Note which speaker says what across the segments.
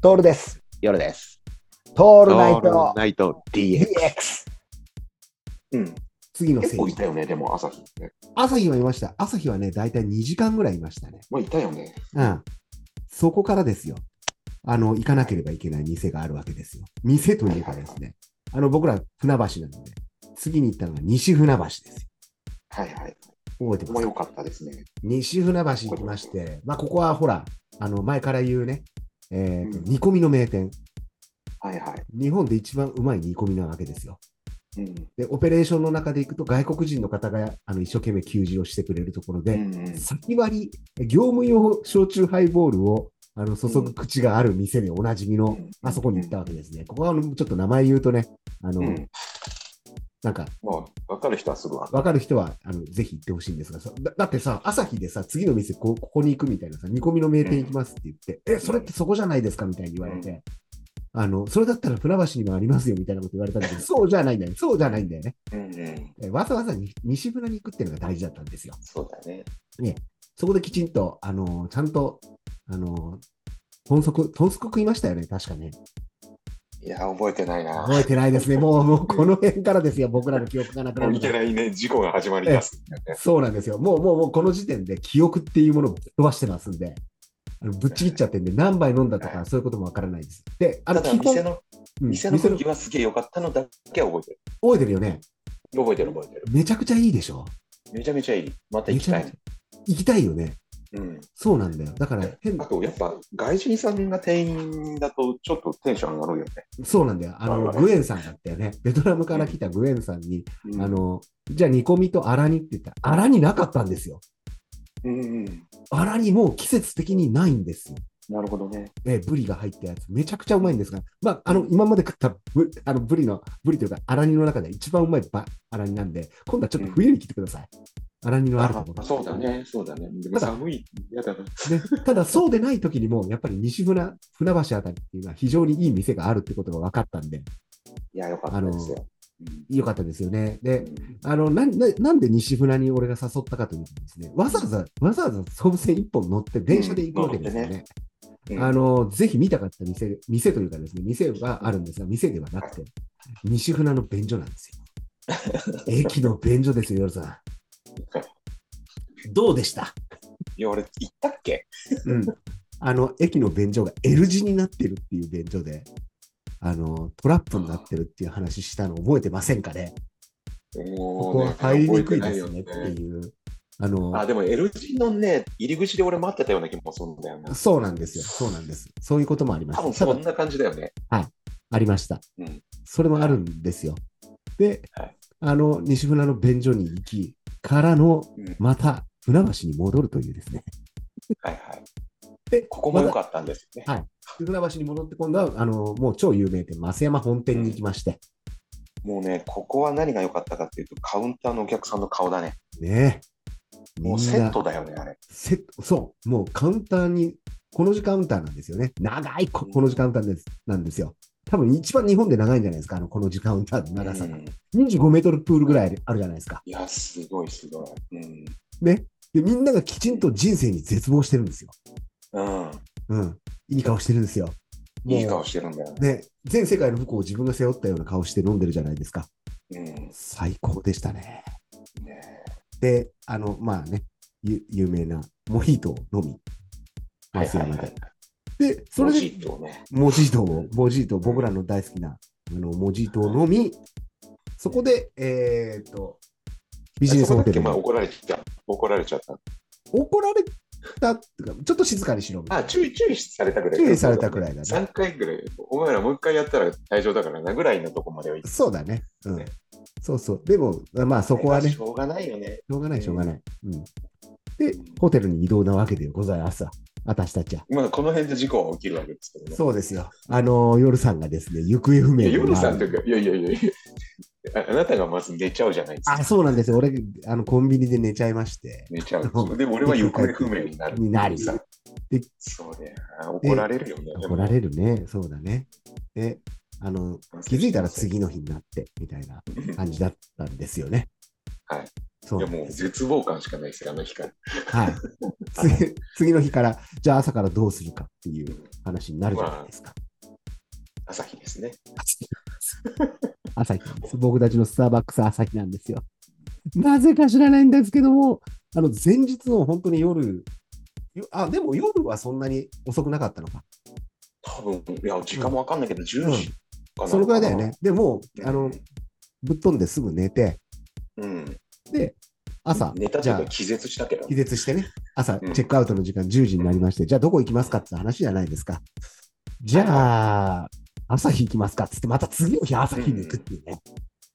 Speaker 1: トールです。
Speaker 2: 夜です。
Speaker 1: ト
Speaker 2: オ
Speaker 1: ールナイト
Speaker 2: ナイト DX。
Speaker 1: DX。
Speaker 3: うん。
Speaker 1: 次の
Speaker 3: 結
Speaker 1: 選
Speaker 3: 構い
Speaker 1: 手。
Speaker 3: たよね、でも朝日ね。
Speaker 1: 朝日はいました。朝日はね、大体2時間ぐらいいましたね。
Speaker 3: まあ、いたよね。
Speaker 1: うん。そこからですよ。あの、行かなければいけない店があるわけですよ。店というかですね。あの、僕ら船橋なので、次に行ったのが西船橋です
Speaker 3: はいはい。
Speaker 1: よ。覚えてま
Speaker 3: ここも
Speaker 1: す
Speaker 3: 良かったですね。
Speaker 1: 西船橋行きまして、まあ、ここはほら、あの、前から言うね、えーと
Speaker 3: うん
Speaker 1: 煮込みの名店。
Speaker 3: はいはい。
Speaker 1: 日本で一番うまい煮込みなわけですよ。
Speaker 3: うん。
Speaker 1: で、オペレーションの中でいくと、外国人の方があの一生懸命給仕をしてくれるところ
Speaker 3: う
Speaker 1: で、
Speaker 3: んうん。
Speaker 1: 先割り、業務用焼酎ハイボールをあの注ぐ口がある店でおなじみの、
Speaker 3: うん
Speaker 1: あそこに行ったわけですね。ここはあのちょっと名前言うとね、あの、
Speaker 3: うん。
Speaker 1: なんか、
Speaker 3: まあ、わかる人はすぐわか
Speaker 1: わかる人はあのぜひ行ってほしいんですがさだ、だってさ、朝日でさ、次の店こ、ここに行くみたいなさ、煮込みの名店行きますって言って、え、それってそこじゃないですかみたいに言われて、あの、それだったら船橋にもありますよみたいなこと言われたんだけ ど、そうじゃないんだよね、そうじゃないんだよね。
Speaker 3: る。うんうん。
Speaker 1: えわざわざに西村に行くっていうのが大事だったんですよ。
Speaker 3: そうだね。
Speaker 1: そこできちんと、あのーちゃんと、あのー豚足、豚足食いましたよね、確かね。
Speaker 3: いや、覚えてないな。
Speaker 1: 覚えてない ですね。もう、もうこの辺からですよ、僕らの記憶がなくな
Speaker 3: もう
Speaker 1: る
Speaker 3: 見て
Speaker 1: の。
Speaker 3: ないね。事故が始まりだすんだよね。
Speaker 1: そうなんですよ。もう、もう、もうこの時点で記憶っていうものをぶっ飛ばしてますんで、あのぶっちぎっちゃってんで、何杯飲んだと
Speaker 3: は
Speaker 1: か、そういうこともわからないです。で、あ
Speaker 3: た
Speaker 1: の、
Speaker 3: だ、
Speaker 1: 基本、
Speaker 3: 店の、
Speaker 1: うん
Speaker 3: 店の雰囲気はすげえ良かったのだけは覚えてる。
Speaker 1: 覚えてるよね。
Speaker 3: 覚えてる覚えてる。
Speaker 1: めちゃくちゃいいでしょ。
Speaker 3: めちゃめちゃいい。また
Speaker 1: め
Speaker 3: 行き
Speaker 1: ちゃ
Speaker 3: た
Speaker 1: めちゃ
Speaker 3: い。。
Speaker 1: 行きたいよね。
Speaker 3: うん。
Speaker 1: そうなんだよ。だから、変
Speaker 3: あと、やっぱ、外人さんが店員だと、ちょっとテンション上がるよね。
Speaker 1: そうなんだよ。あの、
Speaker 3: はいはい
Speaker 1: グエンさんだったよね。ベトナムから来たグエンさんに、
Speaker 3: うん
Speaker 1: あ、の、じゃあ煮込みと荒煮って言ったら、荒煮なかったんですよ。
Speaker 3: うんうん。
Speaker 1: 荒煮もう季節的にないんですよ。
Speaker 3: なるほどね。
Speaker 1: え、ブリが入ったやつ、めちゃくちゃうまいんですが、まあ、あの、今まで食ったブあのブリの、ブリというか、荒煮の中で一番うまいば荒煮なんで、今度はちょっと冬に来てください。荒煮のあるところ。
Speaker 3: あそうだ。ね、そうだね。でも
Speaker 1: ただ
Speaker 3: 寒い、嫌だな。
Speaker 1: ね、ただ、そうでない時にも、やっぱり西船、船橋あたりっていうのは非常にいい店があるってことが分かったんで、
Speaker 3: いや、よかったですよ。うん
Speaker 1: よかったですよね。で、
Speaker 3: うん
Speaker 1: あのなななんで西船に俺が誘ったかというとですね、わざわざ、わざわざ総武線一本乗って電車で行くわけですよね。
Speaker 3: うん
Speaker 1: あの、ぜひ見たかった店、店というかですね、店があるんですが、店ではなくて、西船の便所なんです よ。駅の便所ですよ、夜さん。どうでした、
Speaker 3: いや、俺、行ったっけ
Speaker 1: うん、あの、駅の便所が L 字になってるっていう便所で、あの、トラップになってるっていう話したの覚えてませんかねここ
Speaker 3: もう
Speaker 1: は
Speaker 3: ね
Speaker 1: 入りに
Speaker 3: 覚
Speaker 1: く
Speaker 3: えて
Speaker 1: い
Speaker 3: な
Speaker 1: で
Speaker 3: よ
Speaker 1: すねっていう。あの
Speaker 3: あ、でも L 字のね、入り口で俺待ってたような気もするんだよな。
Speaker 1: そうなんですよ。そうなんです。そういうこともありま
Speaker 3: 多
Speaker 1: した。
Speaker 3: 分そ
Speaker 1: た
Speaker 3: ん
Speaker 1: だ、
Speaker 3: な感じだよね。
Speaker 1: ありました。
Speaker 3: うん
Speaker 1: それもあるんですよ。で、
Speaker 3: はい
Speaker 1: あの、西船の便所に行き、からの、
Speaker 3: うん
Speaker 1: また、船橋に戻るというですね。
Speaker 3: はいはい。
Speaker 1: で、
Speaker 3: ここも良
Speaker 1: ま
Speaker 3: かったんですよね。
Speaker 1: た船橋に戻って、今度は、あの、もう超有名店、増山本店に行きまして、
Speaker 3: もうね、ここは何が良かったかっていうと、カウンターのお客さんの顔だね。
Speaker 1: ねえ。み
Speaker 3: もう
Speaker 1: ん
Speaker 3: セッ
Speaker 1: な
Speaker 3: トだよね、あれ。
Speaker 1: セット、そう、もうカウンターに、この時カウンターなんですよね。長いここの時カウンターですなんですよ。多分一番日本で長いんじゃないですか、あのこの時カウンターの長さ
Speaker 3: う
Speaker 1: が。
Speaker 3: ん
Speaker 1: 25メートルプールぐらいあるじゃないですか。
Speaker 3: いや、すごいすごい。うん。
Speaker 1: ね。で、みんながきちんと人生に絶望してるんですよ。
Speaker 3: うん。
Speaker 1: うん。いい顔してるんですよ。もう
Speaker 3: いい顔してるんだよね。
Speaker 1: ね。全世界の不幸を自分が背負ったような顔して飲んでるじゃないですか。
Speaker 3: うん。
Speaker 1: 最高でしたね。
Speaker 3: ね
Speaker 1: で、あの、まあね、ゆ有名なモヒートを飲み、
Speaker 3: はい
Speaker 1: 松
Speaker 3: はい
Speaker 1: 山
Speaker 3: は
Speaker 1: で
Speaker 3: い。。
Speaker 1: で、そ
Speaker 3: それ
Speaker 1: れ
Speaker 3: で、
Speaker 1: で、モジートを、モジート、僕らの大好きな、あの、モジートを飲み、そこで、えーっと、ビジネスホテル
Speaker 3: あそこだっけまあ
Speaker 1: に
Speaker 3: 怒られちゃった。怒られちゃった。
Speaker 1: 怒られたっていうか、ちょっと静かにしろみたいな
Speaker 3: あ、注意、注意されたぐらい。
Speaker 1: 注意されたくらいだね。
Speaker 3: 3回ぐらい、お前らもう一回やったら退場だからなぐらいのとこまでは行っ
Speaker 1: そうだね。うん
Speaker 3: ね。
Speaker 1: そうそう。でも、まあそこはね、
Speaker 3: し
Speaker 1: し
Speaker 3: ょうがないよね。
Speaker 1: ょうがない、しょうがない。うん。で、ホテルに移動なわけでございますわ。私たちは。
Speaker 3: まあ、この辺で事故は起きるわけですけどね。
Speaker 1: そうですよ。あの、夜さんがですね、行方不
Speaker 3: いや
Speaker 1: 明
Speaker 3: 夜さん
Speaker 1: で。
Speaker 3: というか、いやいやいやいや、ああなたがまず寝ちゃうじゃないですか
Speaker 1: あ、。そうなんですよ。俺、あの、コンビニで寝ちゃいまして、
Speaker 3: 寝ちゃう。でも俺は行方不明になる。
Speaker 1: になり
Speaker 3: さ
Speaker 1: で
Speaker 3: そうね。あ怒られるよね。
Speaker 1: 怒られるね。そうだね。で、あの、気づいたら次の日になって、みたいな
Speaker 3: うん
Speaker 1: 感じだったんですよね。
Speaker 3: はい。
Speaker 1: そう
Speaker 3: い
Speaker 1: な
Speaker 3: や、
Speaker 1: ん
Speaker 3: もう
Speaker 1: ですよ
Speaker 3: 絶望感しかないですよ、あの日から。
Speaker 1: はい、次次の日から、じゃあ朝からどうするかっていう話になるじゃないですか。
Speaker 3: 朝日ですね。
Speaker 1: 朝日なんです。僕たちのスターバックス朝日なんですよ。なぜか知らないんですけども、あの前日の本当に夜、よあでも夜はそんなに遅くなかったのか。
Speaker 3: 多分、いや、時間もわかんないけど、10時かな。
Speaker 1: そのくらいだよね。でもう
Speaker 3: うん。
Speaker 1: あの、ぶっ飛んですぐ寝て、
Speaker 3: うん。
Speaker 1: で、朝、
Speaker 3: ネタ
Speaker 1: じ
Speaker 3: という
Speaker 1: ゃ
Speaker 3: か
Speaker 1: あ、
Speaker 3: 気絶したけど
Speaker 1: 気。絶してね、朝、チ
Speaker 3: うん
Speaker 1: ェックアウトの時間10時になりまして、じゃあどこ行きますかって話じゃないですか。じゃあ、朝日行きますかっつって、また次の日朝日に行くっていうね。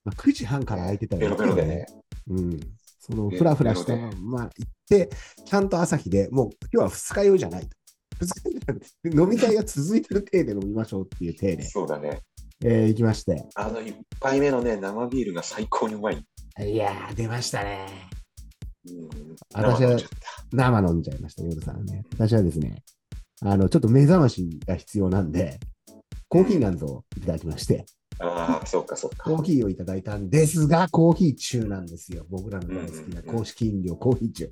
Speaker 1: まあ、9時半から空いてた
Speaker 3: ベロベロでね。。
Speaker 1: うん。その
Speaker 3: ね
Speaker 1: ふらふらした
Speaker 3: な
Speaker 1: まま行って、ちゃんと朝日でもう今日は二日酔いじゃないと。二日酔いじゃなくて飲み会が続いてる体で飲みましょうっていう体で、
Speaker 3: そうだね。
Speaker 1: えー行きまして。
Speaker 3: あの一杯目のね、生ビールが最高にうまい。
Speaker 1: いやー、出ましたね。
Speaker 3: うん、
Speaker 1: 私は
Speaker 3: 生飲んじゃった
Speaker 1: 生飲んじゃいました、夜さんね。私はですね、あの、ちょっと目覚ましが必要なんで、コーヒーなんぞをいただきまして、
Speaker 3: ああ、そうか、 そうか。
Speaker 1: コーヒーをいただいたんですが、コーヒー中なんですよ。僕らの大好きな公式飲料、コーヒー中。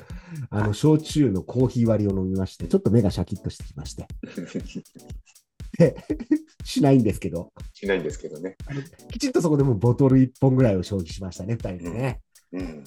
Speaker 1: あの、焼酎のコーヒー割りを飲みまして、ちょっと目がシャキッとしてきまして、しないんですけど、
Speaker 3: しないんですけどね。
Speaker 1: きちんとそこでもうボトル1本ぐらいを消費しましたね、2人でね。
Speaker 3: うん。